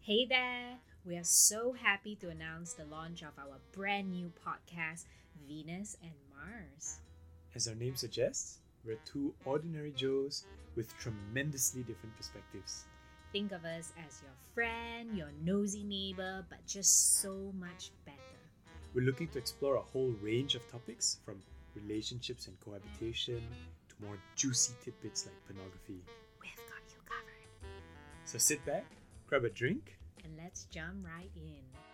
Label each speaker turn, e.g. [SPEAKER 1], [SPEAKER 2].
[SPEAKER 1] Hey there! We are so happy to announce the launch of our brand new podcast, Venus and Mars.
[SPEAKER 2] As our name suggests, we're two ordinary Joes with tremendously different perspectives.
[SPEAKER 1] Think of us as your friend, your nosy neighbor, but just so much better.
[SPEAKER 2] We're looking to explore a whole range of topics from relationships and cohabitation to more juicy tidbits like pornography.
[SPEAKER 1] We've got you covered.
[SPEAKER 2] So sit back, grab a drink,
[SPEAKER 1] And let's jump right in.